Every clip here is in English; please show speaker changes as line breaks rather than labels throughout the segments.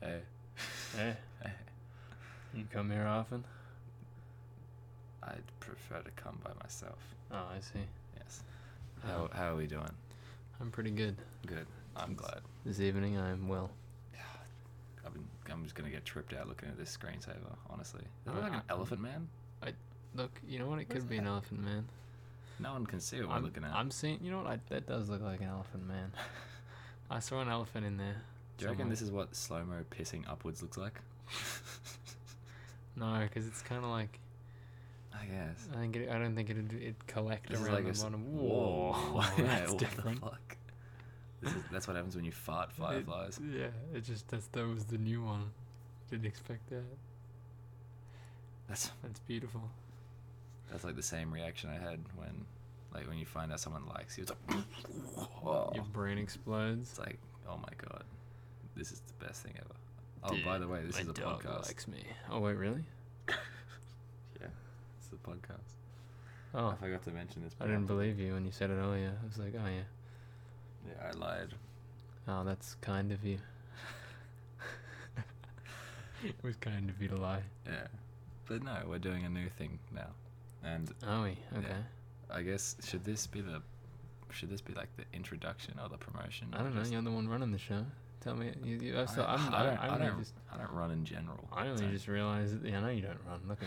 Hey,
Hey. You come here often?
I'd prefer to come by myself.
Oh, I see.
Yes. How how are we doing?
I'm pretty good.
Good. I'm glad.
This evening I am well.
I've been, I'm just gonna get tripped out looking at this screensaver. Honestly, is
Uh,
that like an
I-
elephant man?
Look, you know what? It
What is
could be an
that?
elephant man.
No one can see what
I'm,
we're looking at.
I'm seeing. You know what? I, that does look like an elephant man. I saw an elephant in there.
Do you reckon
somewhere.
this is what slow mo pissing upwards looks like?
No, because it's kind of like
I guess.
I think it, I don't think it it collect
This is
around
like a
the
s-
bottom.
Whoa! Yeah,
that's
what
different.
The fuck? This is, that's what happens when you fart fireflies.
It, yeah, it just that's that was the new one. Didn't expect that.
That's
That's beautiful.
that's like the same reaction I had when, like, when you find out someone likes you. It's like, whoa.
Your brain explodes.
It's like, oh my god, this is the best thing ever. Oh, by the way, this
my
is a
dog
podcast.
Likes me. Oh wait, really?
Yeah, it's a podcast.
Oh,
I forgot to mention this.
I didn't believe you when you said it earlier. I was like, oh yeah.
Yeah, I lied.
Oh, that's kind of you. it was kind of you to lie.
Yeah, but no, we're doing a new thing now, and
Are we?
Yeah.
Okay.
I guess should this be the should this be like the introduction or the promotion?
I don't know.
Just-
You're the one running the show. Tell me. You, you, I,
I,
so I'm,
I don't.
I,
I
only
don't,
just,
I don't run in general.
I only
so-
just realized. That, yeah, I know you don't run. Look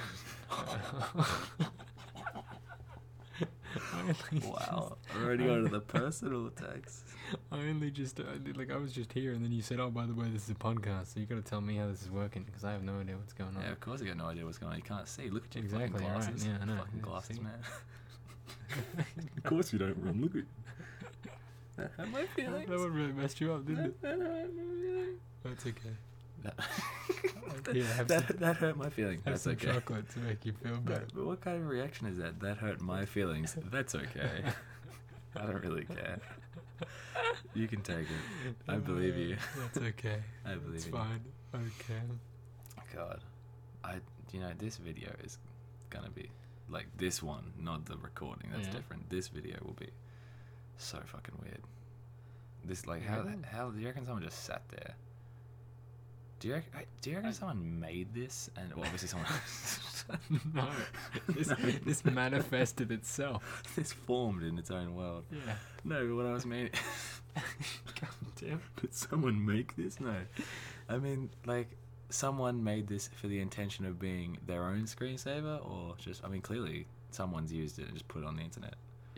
at me.
Wow, already onto the personal attacks.
I only just uh, like I was just here, and then you said, "Oh, by the way, this is a podcast, so you got to tell me how this is working because I have no idea what's going on."
Yeah, of course you got no idea what's going on. You can't see. Look at your
Exactly,
fucking
right,
glasses.
yeah, I know,
Fucking
yeah,
glasses,
see?
man. of course you don't run. Look at. Am I
that one really messed you up, didn't it? That's okay.
that,
Yeah, have
that,
some-
that hurt my feelings.
Have
That's
some
okay.
chocolate to make you feel
No,
better.
but what kind of reaction is that? That hurt my feelings. That's okay. I don't really care. You can take it. I believe you.
Uh, That's okay.
I believe
It's
in
fine. Okay.
you. God, I you know this video is gonna be like this one, not the recording. That's
Yeah.
different. This video will be so fucking weird. This like how
Really?
the how do you reckon someone just sat there? Do you reckon, do you reckon
I-
someone made this and well, obviously someone
no, this,
No.
this manifested itself.
this formed in its own world.
Yeah.
No, but what I was meaning.
God damn.
Did someone make this? No. I mean, like, someone made this for the intention of being their own screensaver, or just, I mean, clearly someone's used it and just put it on the internet.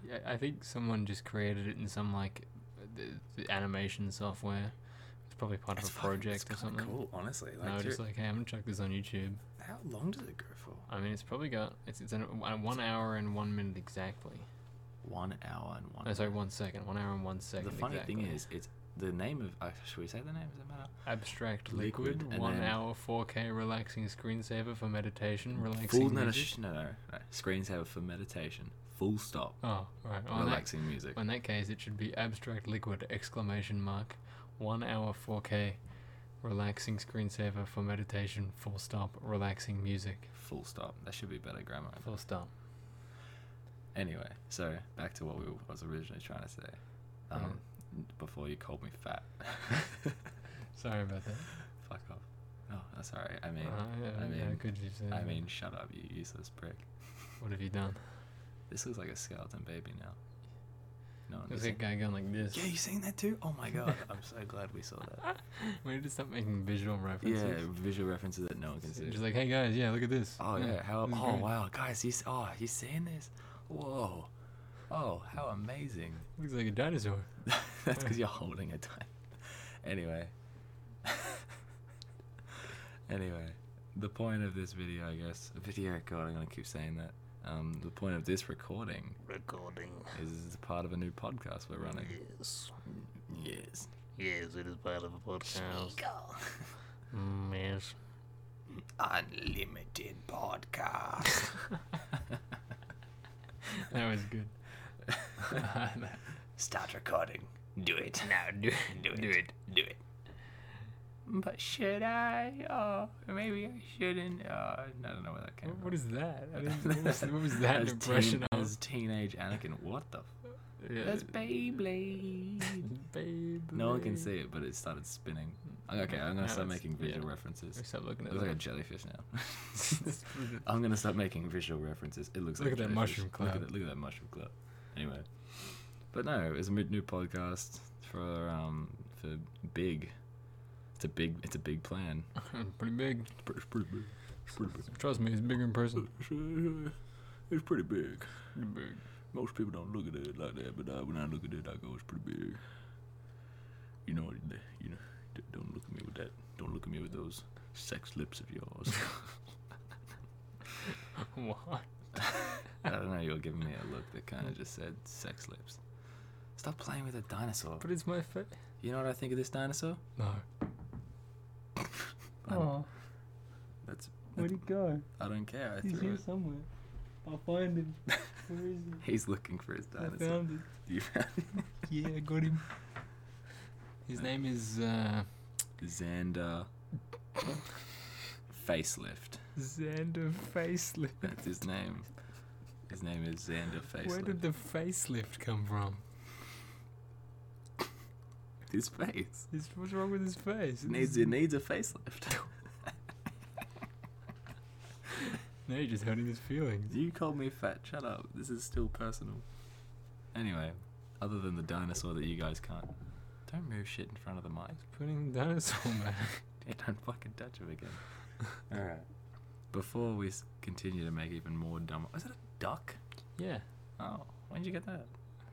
Yeah, I think someone just created it in some like the, the animation software. It's probably part of a
fucking-
project or
kinda
something.
cool, honestly. Like,
no,
do you-
just like, hey, I'm gonna chuck this on YouTube.
how long does it go for?
I mean, it's probably got it's it's an, uh, one hour and one minute exactly.
One hour and one.
No, Oh, sorry, one second. One hour and one second.
the funny
exactly.
thing is, it's the name of. Uh, should we say the name? Does it matter?
abstract
Liquid
liquid,
and
one
then-
hour, 4K, relaxing screensaver for meditation, relaxing
Full, no, no,
music.
sh- no, no, no. Screensaver for meditation. Full stop.
oh, right. Well, in, that,
relaxing music.
well, in that case, it should be abstract liquid exclamation mark, one hour, 4K, relaxing screensaver for meditation. Full stop. Relaxing music.
Full stop. That should be better grammar.
Full stop.
Anyway, so back to what we I was originally trying to say. Um, Before you called me fat.
Sorry about that.
Fuck off. No, oh, sorry. I mean,
Uh, yeah,
I
yeah,
mean-
could you say
I
that?
mean, shut up, you useless prick.
what have you done?
This looks like a skeleton baby now. No one
There's
does
a
it.
guy going like this.
Yeah, you seen that too? Oh my god, I'm so glad we saw that.
We need to stop making visual references.
yeah, visual references that no one can see.
Just like, mm, hey guys, yeah, look at this.
Oh yeah, how?
this is
Oh
great.
wow, guys, you s- oh you seeing this? Whoa, oh how amazing.
Looks like a dinosaur.
That's because you're holding it tight. Anyway. anyway, the point of this video, I guess, video God, I'm gonna keep saying that. Um, the point of this recording
Recording.
is it's part of a new podcast we're running.
Yes.
Yes.
Yes, it is part of a podcast.
Mm, yes.
Unlimited podcast.
That was good.
Start recording. Do it. Now do it. Do it. Do it. Do it. But should I? Oh, maybe I shouldn't. Oh,
Uh, I don't know where that came
What-
from.
what is that? I didn't, what, was, what was that
was
impression
teen,
I
was
was?
teenage Anakin. What the? F-
Yeah.
That's Beyblade.
Babe.
No one can see it, but it started spinning. Okay, I'm gonna
No,
start
it's-
making visual
yeah.
references.
We start looking
It
at
looks like a
that.
jellyfish now. I'm gonna start making visual references. It looks
Look
like
at that
jellyfish.
mushroom
Look
cloud.
at, that, look at that mushroom cloud. Anyway, but no, it's a mid- new podcast for um for big. It's a big. It's a big plan.
pretty big.
It's pretty, it's pretty big. It's pretty big.
Trust me, it's bigger in person.
It's pretty big.
Pretty big.
Most people don't look at it like that, but uh, when I look at it, I go, "It's pretty big." You know, you know. d- Don't look at me with that. Don't look at me with those sex lips of yours.
What?
I don't know. You were giving me a look that kind of just said sex lips. Stop playing with a dinosaur.
But it's my face.
You know what I think of this dinosaur?
No.
Oh, That's. that's
he go?
I don't care. I threw it.
somewhere. I'll find him. Where is he?
He's looking for his dinosaur.
him.
You found
Yeah, I got him. His name is uh,
Xander. Facelift.
Xander Facelift.
That's his name. His name is Xander Facelift.
Where did the facelift come from?
His face.
It's, what's wrong with his face?
It needs, it needs a facelift.
No, you're just hurting his feelings.
you called me fat. Shut up. This is still personal. Anyway, other than the dinosaur that you guys can't. Don't move shit in front of the mic.
Putting the dinosaur back.
Yeah, don't fucking touch him again. Alright. Before we s- continue to make even more dumb. Is it a duck?
Yeah,
Oh, when'd you get that?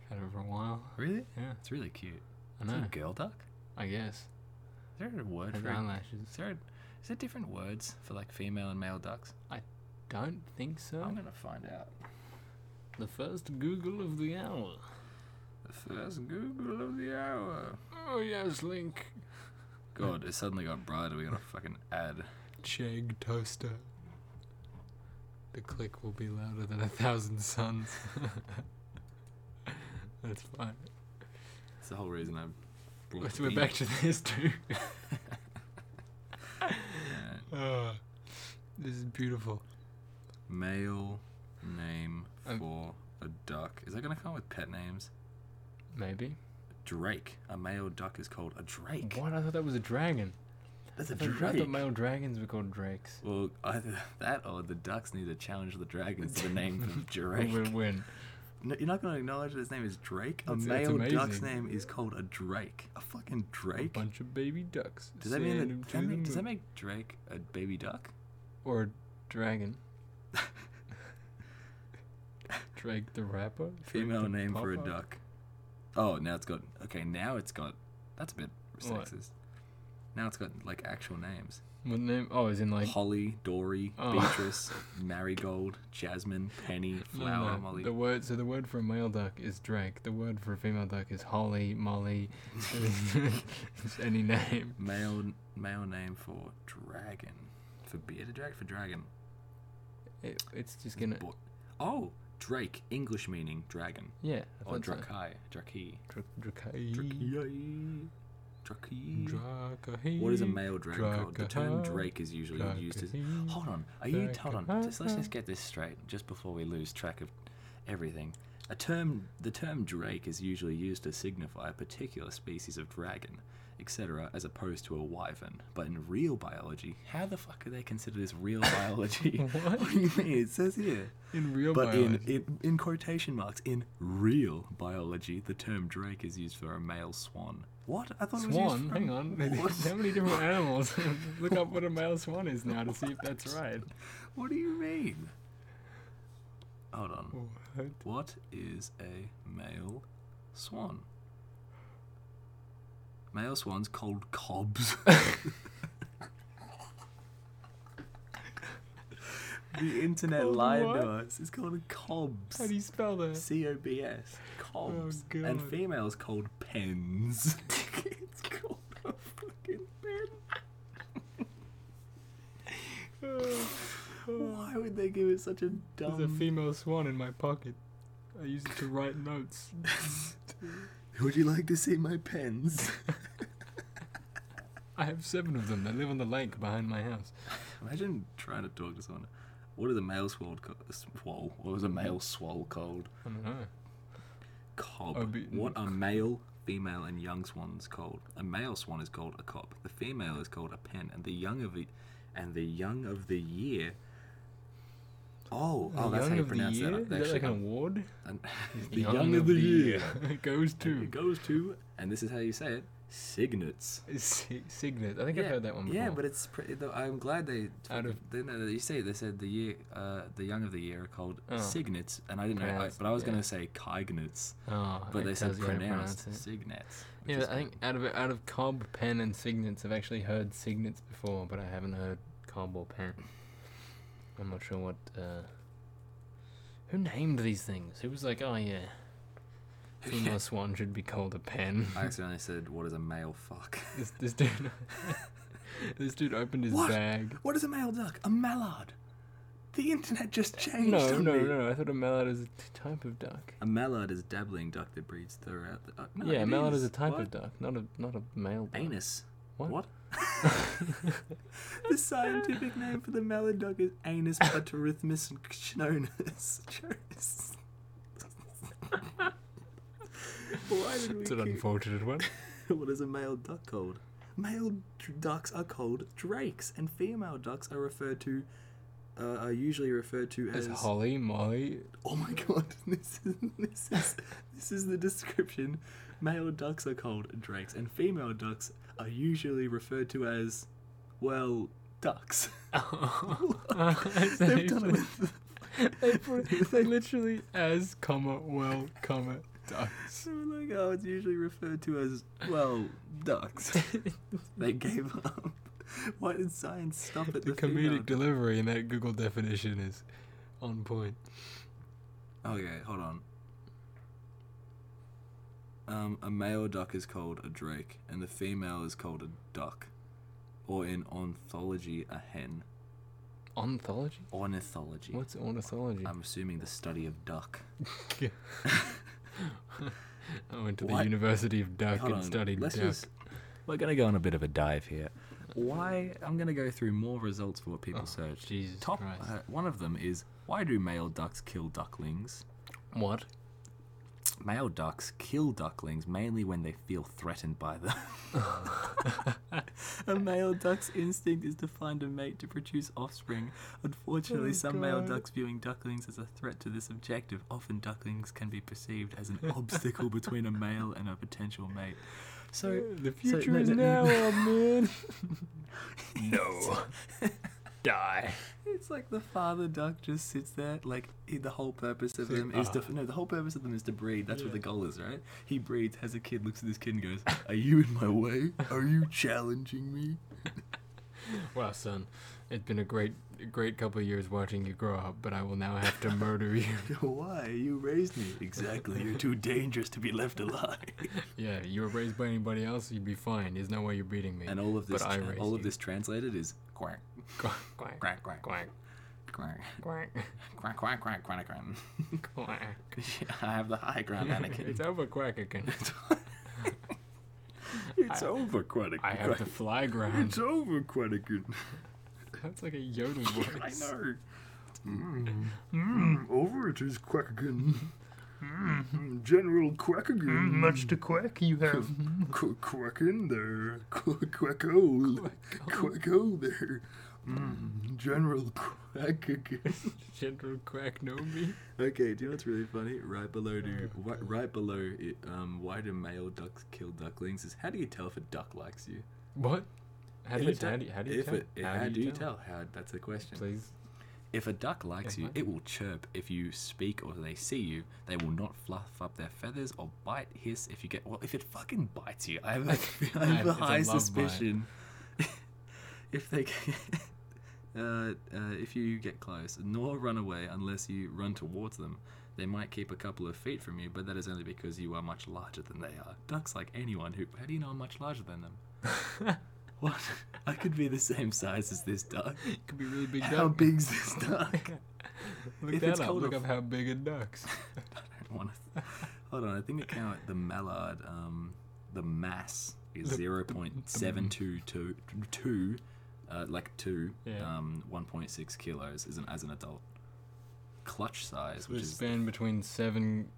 had it for a while.
Really?
Yeah,
It's really cute.
I
Is it
know.
a girl duck?
I guess.
Is there a word
Had
for it?
eyelashes.
Is there, a, is there different words for like female and male ducks?
Don't think so.
gonna find out.
The first Google of the hour.
The first Google of the hour.
Oh yes, Link.
God, it suddenly got brighter. We got a fucking ad.
Chegg toaster. The click will be louder than a thousand suns. That's fine.
That's the whole reason I brought
We're
the
back to this too.
Yeah.
Ah, this is beautiful.
Male name
Um,
for a duck. Is that gonna come with pet names?
Maybe.
Drake. A male duck is called a drake.
What? I thought that was a dragon.
That's
I
a
thought, I
drake.
thought male dragons were called drakes.
well, either that or the ducks need to challenge the dragons to the name of
Who
Drake.
would win?
No, you're not going to acknowledge that his name is Drake? A
That's- that's
male duck's
amazing.
name is called a Drake. A fucking
A
Drake?
bunch of baby ducks.
Does that mean that,
Send 'em
does
to
that
the
make, does that
moon.
make Drake a baby duck?
or a dragon? Drake the rapper. Drake
Female
the
name for a
popper?
duck. Oh, now it's got. Okay, now it's got. That's a bit
What?
sexist. Now it's got like actual names:
What name? Oh, is in like
Holly, Dory,
Oh.
Beatrice, Marigold, Jasmine, Penny,
No,
Flower,
no,
Molly.
The word so the word for a male duck is Drake. The word for a female duck is Holly, Molly, just any name.
Male male name for dragon. For bearded dragon. For dragon.
It, it's just gonna
Bo- oh, Drake. English meaning dragon.
yeah. I
Or
thought so.
Drakai. Draki.
Dra- Drakai.
Draki. Draki.
Drakai.
What is a male dragon called? The term
Drakahi.
Drake is usually used as.
Drakai.
Hold on. Are you?
Drake
Hold on. Just, let's just get this straight, just before we lose track of everything. A term, the term Drake is usually used to signify a particular species of dragon, etc., as opposed to a wyvern. But in real biology, how the fuck are they consider this real biology?
What?
do you mean? It says here.
In real
But in,
biology.
in in quotation marks, in real biology, the term Drake is used for a male swan. What? I thought it was used
Swan,
for
hang on. How many different animals? Look up what a male swan is now to see if that's right.
What do you mean? Hold on.
What?
What is a male swan? Male swans called cobs. the internet
Called
lied
what?
to us. It's called a cobs.
How do you spell that?
C O B S. Cobs. and
Oh, God.
females called pens. it's called a fucking pen. Why would they give it such a dumb?
Oh. There's a female swan in my pocket. I use it to write notes.
Would you like to see my pens?
I have seven of them. They live on the lake behind my house.
Imagine trying to talk to someone. What is a male swole? Co- swole? What was a male swole called?
I don't know.
cob.
Obi-
what are male, female, and young swans called? A male swan is called a cob. The female is called a pen, and the young of the, and the young of the year. Oh, oh, that's how you pronounce that.
Is that
Actually,
like an
I'm-
award?
I'm- the young, of the year.
It goes
And It
to
goes to, and this is how you say it, signets.
Si- Signet. I think I've heard that one before.
Yeah, but it's pretty. Though, I'm glad they.
Out of-
they, no, you say it, they said the year, uh, the young of the year are called
Oh.
signets, and I didn't know. I,
Pronounced,
but I was
yeah.
gonna say kygnets,
oh,
but
it
they said
tells you how to
pronounced
pronounce it.
signets. which
Yeah,
is
I think out of out of cob, pen, and signets, I've actually heard signets before, but I haven't heard cob or pen. I'm not sure what. Uh, who named these things? Who was like, oh yeah, female swan should be called a pen.
I accidentally said, "What is a male fuck?"
this, this dude, this dude opened his
What?
bag.
what is a male duck? A mallard. The internet just changed.
No,
on
no,
me.
no! I thought a mallard is a t- type of duck.
A mallard is a dabbling duck that breeds throughout the. Uh, no,
yeah, a
it
mallard is, a
is.
type
What?
of duck, not a not a male duck.
Anus.
What?
the scientific name for the mallard duck is Anus paterhythmus chinonus. Chonus. Why did we
It's an
keep-
unfortunate one.
What is a male duck called? Male d- ducks are called drakes, and female ducks are referred to, uh, are usually referred to
It's
as.
Holly, Molly,
Oh my god! This is this is this is the description. Male ducks are called drakes, and female ducks are usually referred to as, well, ducks. They've done it with
they, put, they literally as comma well comma ducks.
So like, oh, it's usually referred to as well, ducks. they gave up. Why did science stop at
The
the, female
comedic
duck?
delivery in that Google definition is on point.
Okay, hold on. Um, a male duck is called a drake, and the female is called a duck, or in ornithology, a hen.
Ornithology?
Ornithology.
What's ornithology?
I'm assuming the study of duck.
I went to the
what?
University of Duck
Hold
and
on,
studied
let's
duck.
just- we're gonna go on a bit of a dive here. Why? I'm gonna go through more results for what people
Oh,
searched.
Jesus
Top
Christ.
uh, one of them is why do male ducks kill ducklings?
What?
Male ducks kill ducklings mainly when they feel threatened by them. a male duck's instinct is to find a mate to produce offspring. Unfortunately,
Oh,
some male
God.
ducks viewing ducklings as a threat to this objective. Often, ducklings can be perceived as an obstacle between a male and a potential mate. So,
the
so-
future
no,
is
no, no.
now, old man. no. Die.
It's like the father duck just sits there. Like he- the whole purpose of them
"Ah."
is to no. The whole purpose of them is to breed. That's what the goal is, right? He breeds, has a kid, looks at this kid, and goes, "Are you in my way? Are you challenging me?"
Wow, son, it's been a great, a great couple of years watching you grow up, but I will now have to murder you.
Why you raised me? Exactly. You're too dangerous to be left alive.
yeah, if you were raised by anybody else, you'd be fine. There's no way you're beating me.
And all of
But
this,
I
tra-
raised
all of
you.
this translated is quack,
quack, quack,
quack, quack, quack,
quack,
quack,
quack,
quack, quack, quack, quack, quack.
quack.
I have the high ground,
it's
Anakin.
over, quack again.
it's over, Quentin.
I have the fly ground.
over, Quentin.
That's like a yodel voice.
know. Mm, over it is Quackagan. General Quackagan.
Much to quack you have.
Qu- quackin there. Qu- quacko. Quacko there. Mm, General Quackagan.
General Quack know me.
okay, do you know what's really funny? Right below, do, wh- right below it, um, why do male ducks kill ducklings is how do you tell if a duck likes you?
What? How do
If
you
a duck-
tell? How do you- how do you
if
tell?
it- how, do you tell? How, that's the question.
Please.
If a duck likes you,
Uh-huh.
it will chirp if you speak or they see you. They will not fluff up their feathers or bite, hiss if you get. Well, if it fucking bites you, I have a, I have
It's a
a high
love bite.
suspicion. if they. get- Uh, uh, if you get close, nor run away unless you run towards them. They might keep a couple of feet from you, but that is only because you are much larger than they are. Ducks, like anyone who. How do you know I'm much larger than them? what? I could be the same size as this duck.
Could be really big
How
duck.
big's this duck?
Look
if
that
it's
up.
cold
Look
enough-
up how big a duck's.
don't wanna- Hold on, I think the count the mallard, um, the mass is
The-
zero point seven two two two, uh, like two,
Yeah.
um, one point six kilos as an as an adult. Clutch size,
The
which is
span between seven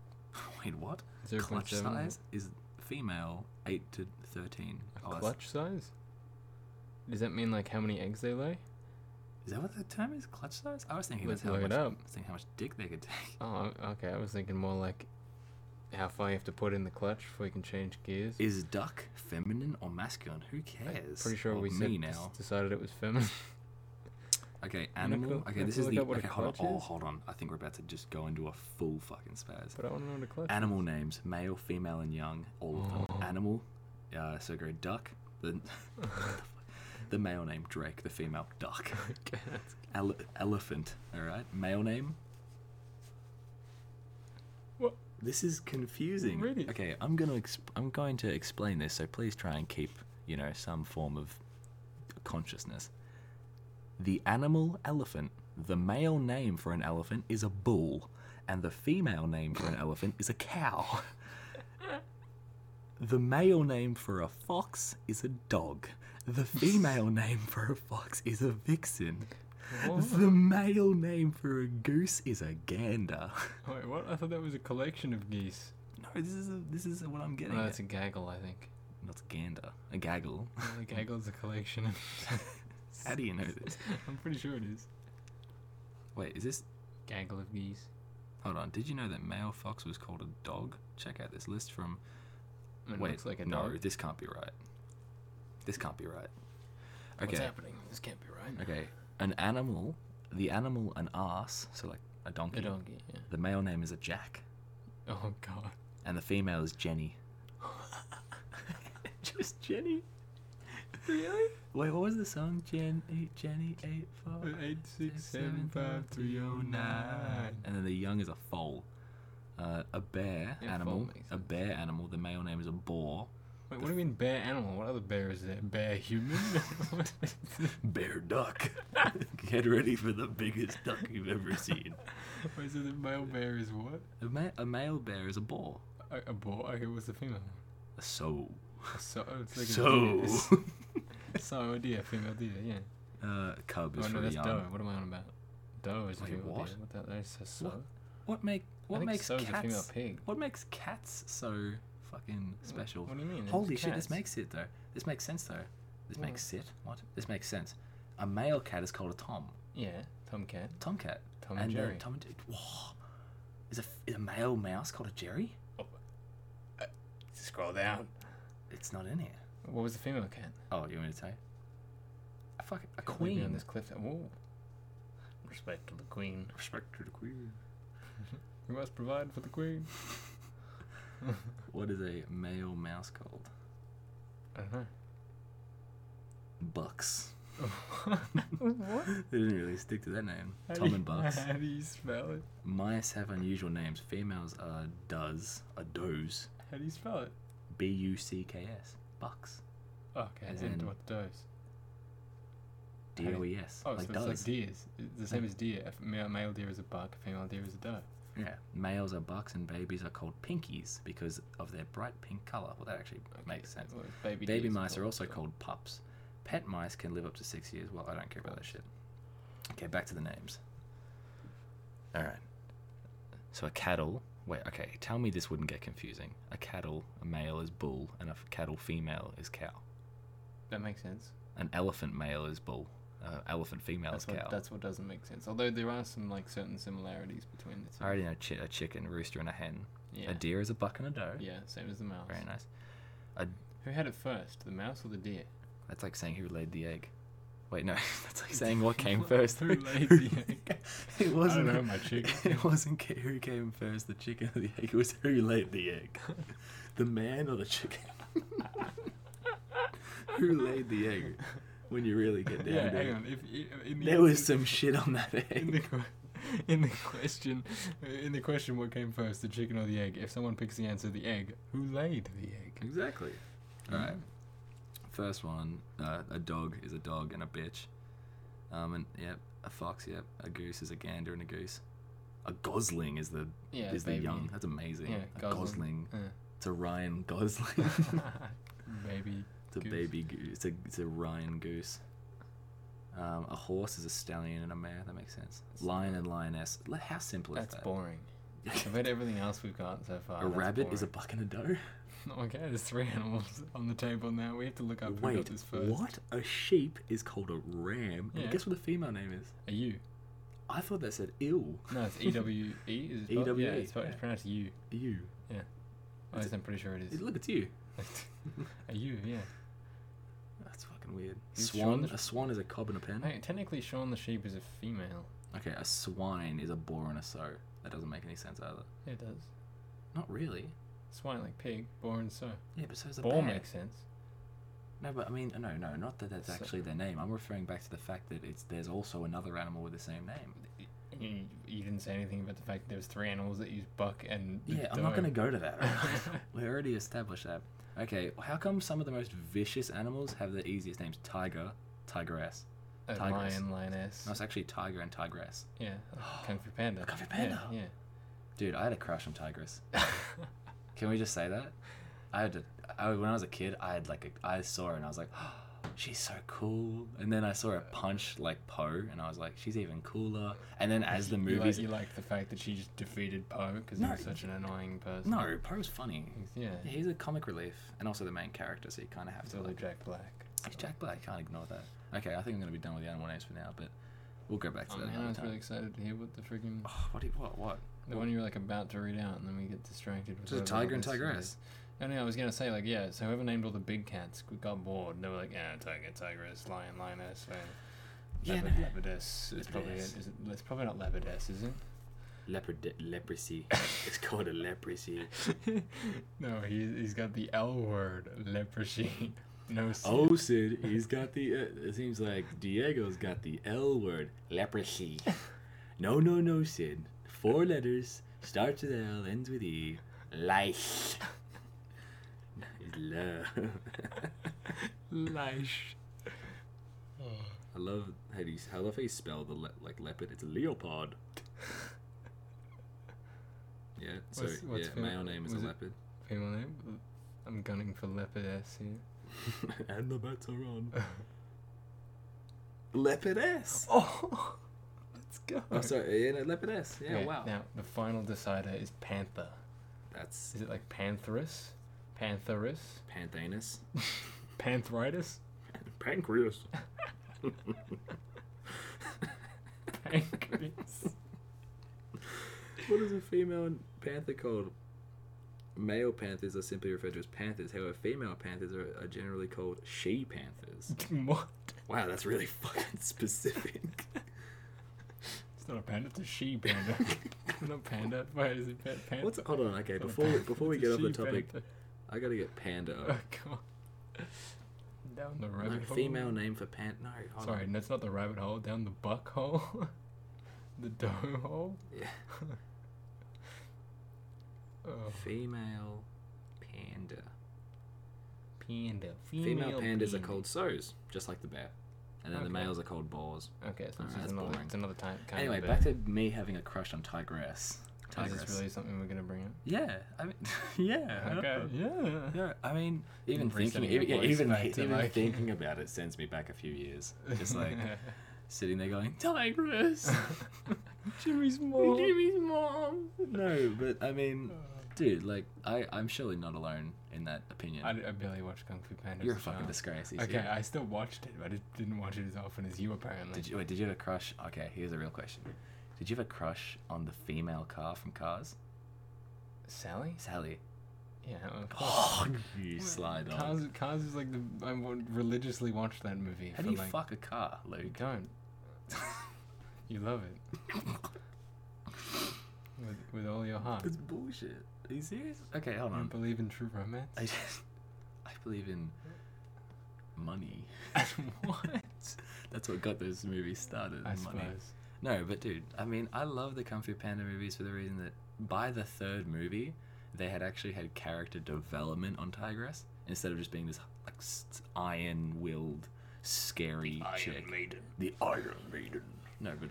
wait what?
Zero point
Clutch
seven.
size is female, 8 to 13.
A
Oh, that's-
clutch size? Does that mean like how many eggs they lay?
Is that what the term is? Clutch size? I was thinking
Let's
that's how
look
much,
it up.
I was thinking how much dick they could take.
Oh, o- okay. I was thinking more like how far you have to put in the clutch before you can change gears.
Is duck feminine or masculine? Who cares?
Pretty sure
Well,
we
me
said,
now.
decided it was feminine.
Okay,
I'm not
animal.
gonna-
Okay,
I'm
this
gonna look
is the.
up what a
Okay, hold on.
clutch
Oh,
is.
hold on. I think we're about to just go into a full fucking spaz.
but I want to know what a clutch.
Animal names: male, female, and young. All of them.
Oh.
Animal. Uh, so go duck. The, the male name Drake. The female duck.
okay, that's
Ele- elephant. All right. Male name.
What?
This is confusing.
Really?
Okay, I'm gonna exp- I'm going to explain this. So please try and keep you know some form of consciousness. The animal elephant. The male name for an elephant is a bull, and the female name for an elephant is a cow. The male name for a fox is a dog. The female name for a fox is a vixen.
what?
The male name for a goose is a gander.
Wait, what? I thought that was a collection of geese.
No, this is this is what I'm getting.
No,
at.
it's a gaggle, I think.
Not a gander, a gaggle.
Well, A gaggle's a collection.
How do you know this?
I'm pretty sure it is.
Wait, is this?
Gaggle of geese.
Hold on. Did you know that male fox was called a dog? Check out this list from.
It
Wait,
looks like a
no,
dog.
this can't be right. This can't be right. Okay.
What's happening? This can't be right.
Okay, an animal, the animal, an ass, so like a donkey.
A donkey. Yeah.
The male name is a jack,
Oh god.
and the female is Jenny. Just Jenny.
Really?
Wait, what was the song? Jen, eight, Jenny, eight, four,
Eight six seven five three oh nine.
And then the young is a foal. Uh, a bear
Yeah, foal
animal.
makes
A bear animal. The male name is a boar.
Wait, what do you mean bear animal? What other bear is there? Bear human?
Bear duck. Get ready for the biggest duck you've ever seen.
Wait, so the male bear is what?
A, ma- a male bear is a boar.
A, a boar? Okay, what's the female? one?
A sow.
A so it's like
So,
a deer. It's- so a deer, female deer, yeah.
uh, cub is
Oh
for
no,
the
that's
young.
doe. What am I on about? Doe is a
Wait,
female
what?
deer. What the, that's a so.
What? What make
I
what
think
makes
so's a female
cats
pig.
what makes cats so fucking special?
What do you mean? It's
Holy shit! This
Mm, cats.
makes it though. This makes sense though. This
What?
makes it. What? This makes sense. A male cat is called a tom.
Yeah, tomcat.
Tomcat.
Tom and Jerry.
Then tom and Jerry. Whoa. Is a is a male mouse called a Jerry?
Scroll down.
It's not in here.
What was the female cat?
Oh, you want me to tell you? A fuck a
Can't leave me on
queen.
this cliff. Whoa. Respect to the queen.
Respect to the queen.
We must provide for the queen.
What is a male mouse called?
I don't know.
Bucks.
what?
They didn't really stick to that name. Tom and Bucks.
How do you spell it?
Mice have unusual names. Females are does, a does,
How do you spell it? Oh,
B U C K S, bucks,
Okay,
As
as in
in-
what does.
D O E S,
Oh,
like
so
does.
it's like deers. It's the same as deer. A f- male, male deer is a buck, a female deer is a doe.
yeah, males are bucks and babies are called pinkies because of their bright pink color. Well, that actually
Okay,
makes sense.
well, it's baby
Baby
deers
mice are also
doe.
called pups. Pet mice can live up to six years. Well, I don't care about that shit. Okay, back to the names. All right. So a cattle. Wait, okay. Tell me this wouldn't get confusing. A cattle, a male is bull, and a f- cattle female is cow.
That makes sense.
An elephant male is bull. Uh, elephant female
That's
is
what,
cow.
that's what doesn't make sense. Although there are some like certain similarities between the two.
I already know chi- a chicken, a rooster, and a hen.
Yeah.
A deer is a buck and a doe.
Yeah, same as the mouse.
Very nice.
Who had it first, the mouse or the deer?
That's like saying who laid the egg. Wait, no. That's like saying what came first.
Who laid the egg?
it wasn't.
I don't know, my chicken.
It wasn't ca- who came first, the chicken or the egg. It was who laid the egg, the man or the chicken. who laid the egg? When you really get down
yeah,
to
hang
it,
on. If, i- in the
there was
answer-
some shit on that
in
egg.
the que- in the question in the question what came first, the chicken or the egg? If someone picks the answer the egg, who laid the egg?
Exactly. All right. First one, uh, a dog is a dog and a bitch. Um, and yep, a fox. Yep, a goose is a gander and a goose. A gosling is the
Yeah,
is the
baby.
young. That's amazing.
Yeah,
a
gosling.
gosling. It's a Ryan Gosling.
Uh, baby.
It's a
Goose.
baby goose. It's a, it's a Ryan goose. Um, a horse is a stallion and a mare. That makes sense.
That's
Lion
not-
and lioness. Li- How simple is
That's oh,
that?
boring. I bet everything else we've got so far.
a rabbit is a buck and a doe.
Okay, there's three animals on the table now. We have to look up who got
Wait,
this first.
what? A sheep is called a ram.
Yeah.
And guess what the female name is?
A U.
I thought that said ill.
No, it's E W E. Is it spelled?
EWE,
Yeah, it's, spelled- it's
yeah.
pronounced U.
You.
At least I'm pretty sure it is.
Look, it's you.
a U, yeah.
That's fucking weird.
Is
swan.
Sean-
A swan is a cob and a pen.
Hey, technically, Sean the sheep is a female.
Okay, a swine is a boar and a sow. That doesn't make any sense either.
Yeah, it does.
Not really.
Swine like pig, boar and so.
Yeah, but so's a
Boar
bear.
makes sense.
No, but I mean, no, no, not that that's
So-
actually their name. I'm referring back to the fact that it's there's also another animal with the same name.
You, you didn't say anything about the fact that there's three animals that use buck and. the
Yeah, I'm not
doe.
gonna go to that. we already established that. Okay, how come some of the most vicious animals have the easiest names? Tiger, tigress.
A
Tigress.
lion, lioness.
No, it's actually tiger and tigress.
Yeah, kung fu panda.
Kung Fu
Yeah,
Panda.
Yeah.
Dude, I had a crush on tigress. Can we just say that? I had, a, I, when I was a kid, I had like a, I saw her and I was like, she's so cool. And then I saw her punch like Poe, and I was like, she's even cooler. And then as the
You like,
movies,
you like the fact that she just defeated Poe because
No.
he was such an annoying person.
no, Poe's funny.
He's- Yeah.
Yeah, he's a comic relief and also the main character, so you kind of have
It's
to.
also
Like,
Jack Black.
it's Jack Black. Can't ignore that. Okay, I think I'm gonna be done with the animal names for now, but we'll go back to
Oh,
that
man, I
another
was
time.
really excited to hear what the freaking
Oh, what? do you- What? What?
the one you were like about to read out, and then we get distracted. with
Just a
whatever all
tiger and
this
tigress.
is. No, no, I was gonna say like yeah. So whoever named all the big cats we got bored. and They were like yeah, tiger, tigress, lion, lioness, lion,
Yeah,
leopard,
no.
leopardess. It's probably it.
Leopardess.
Is it? It's probably not leopardess, is it?
Leopard leprosy. it's called a leprosy.
No, he he's got the L word, leprosy. No. C.
Oh, Sid, he's got the. Uh, it seems like Diego's got the L word, leprosy. No, no, no, Sid. Four letters, starts with L, ends with E. Lice. Love.
Leish. Oh.
I love how you. I love how you spell the le- like leopard. It's leopard. Yeah. So
What's- what's
yeah,
favorite-
male name is a
was it-
leopard.
Female name? I'm gunning for leopardess here.
and the bets are on. Leopardess.
Oh, let's go.
Oh, sorry. Yeah, no, leopardess. Yeah. Wow.
Now the final decider is panther.
That's
Is it like pantherus, pantherus,
Panthanus.
panthritis,
Pancreas.
pancreas?
What is a female panther called? Male panthers are simply referred to as panthers. However, female panthers are, are generally called she panthers.
what?
Wow, that's really fucking specific.
It's not a panda. It's a she panda. not panda. Wait, is it pa- panther?
What's hold on? Okay,
It's not a
before we,
panther,
before we
it's a
get off the
she
topic,
panther.
I gotta get panda
Oh
up.
god. Down the
No,
rabbit hole.
female name for pant? No, hold
Sorry,
on.
that's not the rabbit hole. Down the buck hole. the doe hole.
Yeah.
Oh.
Female panda.
Panda.
Female, pandas are
panda.
called sows, just like the bear, and then the
Okay.
males are called boars.
Okay, so
Alright,
it's
that's
just another,
boring.
it's another time. Kind
Anyway,
of a-
back to me having a crush on tigress.
Is this really something we're gonna bring up?
Yeah, I mean, yeah.
yeah.
Yeah, I mean, even thinking,
Resetting your
even, yeah,
voice
even,
back to
even
like-
thinking about it sends me back a few years. Just like sitting there going, tigress,
Jimmy's mom.
Jimmy's mom. No, but I mean, dude, like, I, I'm surely not alone in that opinion.
I, I barely watched Kung Fu Panda.
You're a
as
fucking
child.
disgrace. you see.
Okay, I still watched it, but I didn't watch it as often as you apparently.
Did you wait, did you have a crush? Okay, here's a real question. Did you have a crush on the female car from Cars?
Sally?
Sally.
Yeah. of course.
Oh, you slide on.
Cars, Cars is like the I wa- religiously watched that movie.
How
for
do you
like,
fuck a car,
You
Luke?
don't. you love it. with, with all your heart.
It's bullshit. Are you serious? Okay, hold
You don't
on.
believe in true romance?
I just, I believe in money.
what?
That's what got those movies started.
I
money.
suppose.
No, but dude, I mean, I love the Kung Fu Panda movies for the reason that by the third movie, they had actually had character development on Tigress instead of just being this like s- iron-willed, scary chick.
Maiden.
The Iron Maiden. No, but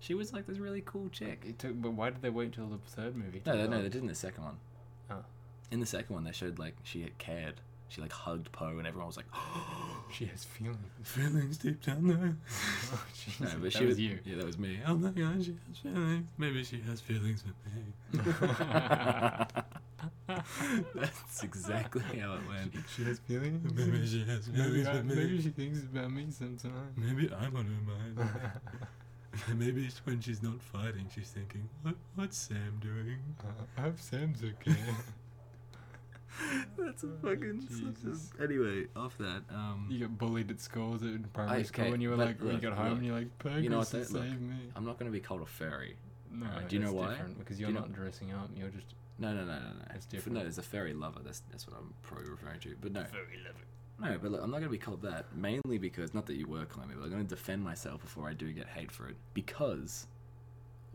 she was like this really cool chick.
It took, but why did they wait till the third movie? Oh, to
No, they- no,
develop?
they did in the second one.
Oh.
In the second one, they showed like she had cared.
She like hugged Poe, and everyone was like,
She has feelings.
"Feelings deep down there."
Oh, Jesus.
No, but
that
she
was you.
Yeah, that was me. Oh my god, she has feelings. Maybe she has feelings for me. That's exactly how it went.
She has feelings?
Maybe she has
Maybe,
feelings
I,
for
maybe
me.
she thinks about me sometimes.
Maybe I'm on her mind. Maybe it's when she's not fighting, she's thinking, what, what's Sam doing?
I hope Sam's okay.
That's a fucking.
Jesus.
Such a, anyway, off that. Um,
you got bullied at schools in primary
I-
school,
okay,
and you were
but
like, when you
look,
got home,
look.
and you're like, Perkins
You know what,
saved
though, look,
me.
I'm not going to be called a fairy.
No,
Alright, do you know
that's
why?
Different, because
Do
you're
you know-
not dressing up. You're just
No, no, no, no, no.
That's
F-
different.
No, there's a fairy lover. That's that's what I'm probably referring to. But no,
Very lovely.
no. But look, I'm not going to be called that mainly because not that you were calling me, but I'm going to defend myself before I do get hate for it because,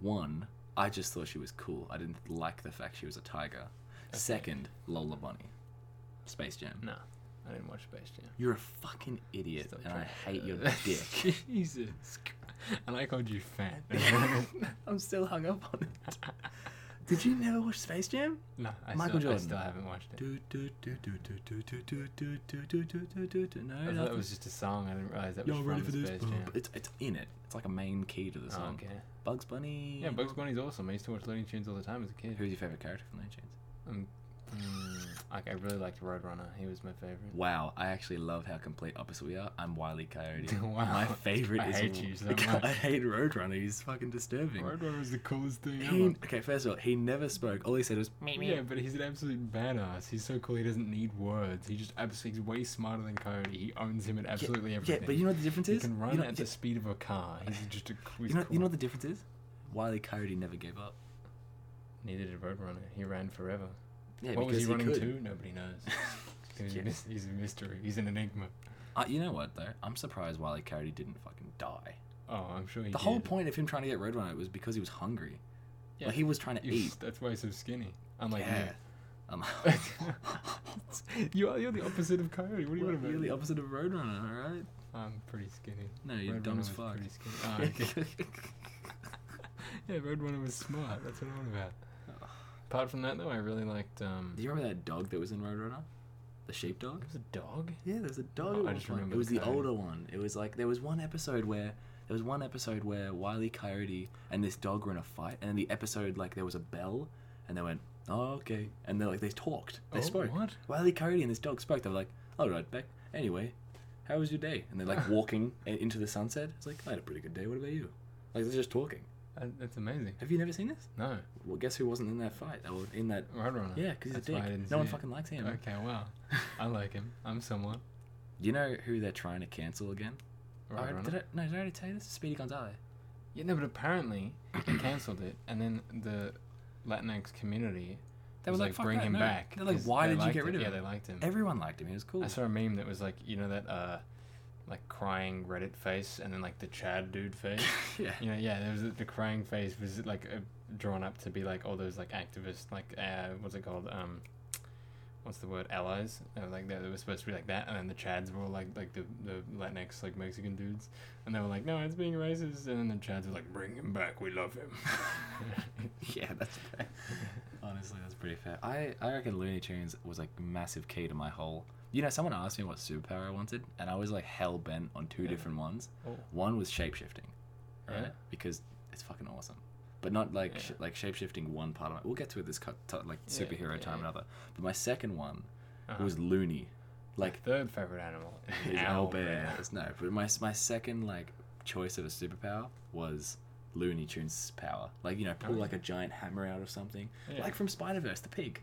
one, I just thought she was cool. I didn't like the fact she was a tiger. Second, Lola Bunny, Space Jam.
no. I didn't watch Space Jam.
You're a fucking idiot,
Stop
and I
trying
hate your
Uh,
dick.
Jesus. Christ. And I called you fat.
I'm still hung up on it. Did you never watch Space Jam?
no, I
Michael
still, I
Jordan.
still haven't watched it.
Do do do do do do do do do do do do do do.
I
No,
thought that
nothing.
was just a song. I didn't realize that was
Y'all
from
ready for
the
this?
Space
Boom.
Jam.
It's it's in it. It's like a main key to the
Oh,
song.
okay.
Bugs Bunny.
Yeah, Bugs Bunny's awesome. I used to watch Looney Tunes all the time as a kid.
Who's your favorite character from Looney Tunes?
Um, mm, like, I really liked Roadrunner. He was my favorite.
Wow, I actually love how complete opposite we are. I'm Wile E. Coyote.
Wow.
My favorite
I
is
hate you so
I
much.
hate Roadrunner. He's fucking disturbing.
Roadrunner was the coolest thing
He-
ever.
okay, first of all, he never spoke. All he said was
Me, me.
Yeah, but he's an absolute badass. He's so cool. He doesn't need words. He just absolutely he's way smarter than Cody. He owns him at absolutely everything.
Yeah, but you know what the difference
he
is?
can run
you know,
at the speed of a car. He's just a he's
you know,
cool.
you know what the difference is? Wile E. Coyote never gave up.
Neither did Roadrunner. He ran forever.
Yeah,
what was
because
he running
could.
to? Nobody knows. He was a
Yeah.
mys- he's a mystery. He's an enigma.
Uh, you know what though? I'm surprised Wile E. Coyote didn't fucking die.
Oh, I'm sure he.
The whole
did.
point of him trying to get Roadrunner was because he was hungry.
Yeah.
Like he was trying to
You-
eat.
That's why he's so skinny. I'm like,
Yeah. Um,
you are you're the opposite of Coyote. What do you
Well,
want about?
you're the opposite of Roadrunner, alright?
I'm pretty skinny.
No, you're dumb
Roadrunner
as
was
fuck.
Pretty skinny. Oh, okay. Yeah, Roadrunner was smart. That's what I'm on about. Apart from that, though, I really liked. Um,
Do you remember that dog that was in Roadrunner? The sheepdog?
it was a dog.
Yeah, there's a
Oh,
dog. at
I
one
just
point.
remember
It was the
Coyote.
older one. It was like there was one episode where there was one episode where Wiley Coyote and this dog were in a fight, and then the episode like there was a bell, and they went, "Oh, okay," and they like they talked, they
Oh,
spoke.
what?
Wiley Coyote and this dog spoke. They were like, "All right, Beck. Anyway, how was your day?" And they're like walking i- into the sunset. It's like I had a pretty good day. What about you? Like they're just talking.
Uh, That's amazing.
Have you never seen this?
No,
Well, guess who wasn't in that fight? Or in that?
Roadrunner.
Yeah, because he's a
Uh, That's why I
dick.
didn't
No one
see it.
fucking likes him.
Okay, wow. I like him. I'm someone.
You know who they're trying to cancel again? I already-
Roadrunner.
did I, no, did I already tell you this? Speedy Gonzalez.
Yeah, no, but apparently they cancelled it, and then the Latinx community
They
was
were
like,
like, "Fuck
bring
that,
him
no."
back.
They're like,
'cause
"Why
they
did you
liked
get rid of
Yeah,
him?"
they liked him.
Everyone liked him. He was cool.
I saw a meme that was like, you know that uh, like crying Reddit face, and then like the Chad dude face.
yeah.
You know, yeah, there was the crying face was like uh, drawn up to be like all those like activists, like uh, what's it called? Um, what's the word? Allies. They were, like they, they were supposed to be like that, and then the Chads were all like like the the Latinx like Mexican dudes, and they were like, no, it's being racist, and then the Chads were like, bring him back, we love him.
Yeah, that's fair. Honestly, that's pretty fair. I, I reckon Looney Tunes was like massive key to my whole. You know, someone asked me what superpower I wanted, and I was like hell bent on two
Yeah.
different ones.
Oh.
One was shapeshifting, right?
Yeah.
Because it's fucking awesome. But not like
Yeah.
sh- like shapeshifting one part of my. We'll get to it this cut t- like
Yeah,
superhero
yeah,
time
yeah.
another. But my second one
Uh-huh.
was Looney,
My
like
third favorite animal is
is
owl
owlbears. No, but my my second like choice of a superpower was Looney Tunes power. Like you know, pull
Oh,
like a giant hammer out of something,
Yeah.
like from Spider Verse, the pig,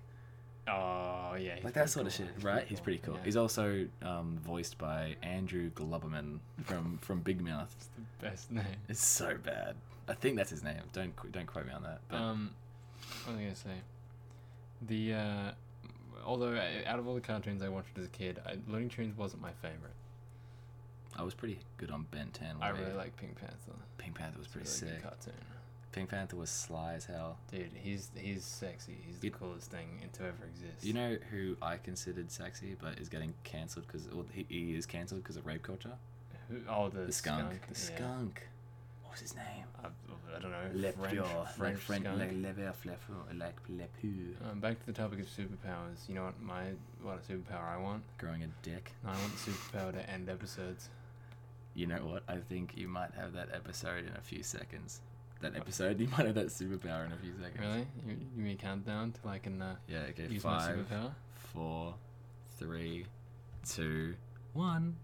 Oh yeah, he's
like
pretty
that sort of
cool.
shit, right? He's pretty cool.
Yeah.
He's also um, voiced by Andrew Globerman from from Big Mouth.
It's the best name.
It's so bad. I think that's his name. Don't qu- don't quote me on that. But
Um, what was I gonna say? The uh, although uh, out of all the cartoons I watched as a kid, I, Looney Tunes wasn't my favorite.
I was pretty good on Ben
Oh. I
Ten. what about
really
you?
like Pink Panther.
Pink Panther
It's
was
a
Oh, pretty
really
sick.
good cartoon.
Pink Panther was sly as hell.
Dude, he's he's sexy. He's the
You-
coolest thing to ever exist.
You know who I considered sexy, but is getting cancelled because well, he, he is cancelled because of rape culture.
Who, oh, the,
The skunk. The skunk. What
was his name?
I, I don't know.
Lepure. Like French,
skunk.
like Lever Flefu, like Lepu.
Um, back to the topic of superpowers. You know what my what a superpower I want?
Growing a dick.
I want the superpower to end episodes.
You know what? I think you might have that episode in a few seconds. That episode, you might have that superpower in a few seconds.
Really? You you mean countdown till I can uh,
Yeah, okay.
use my
five,
superpower?
four, three, two, one.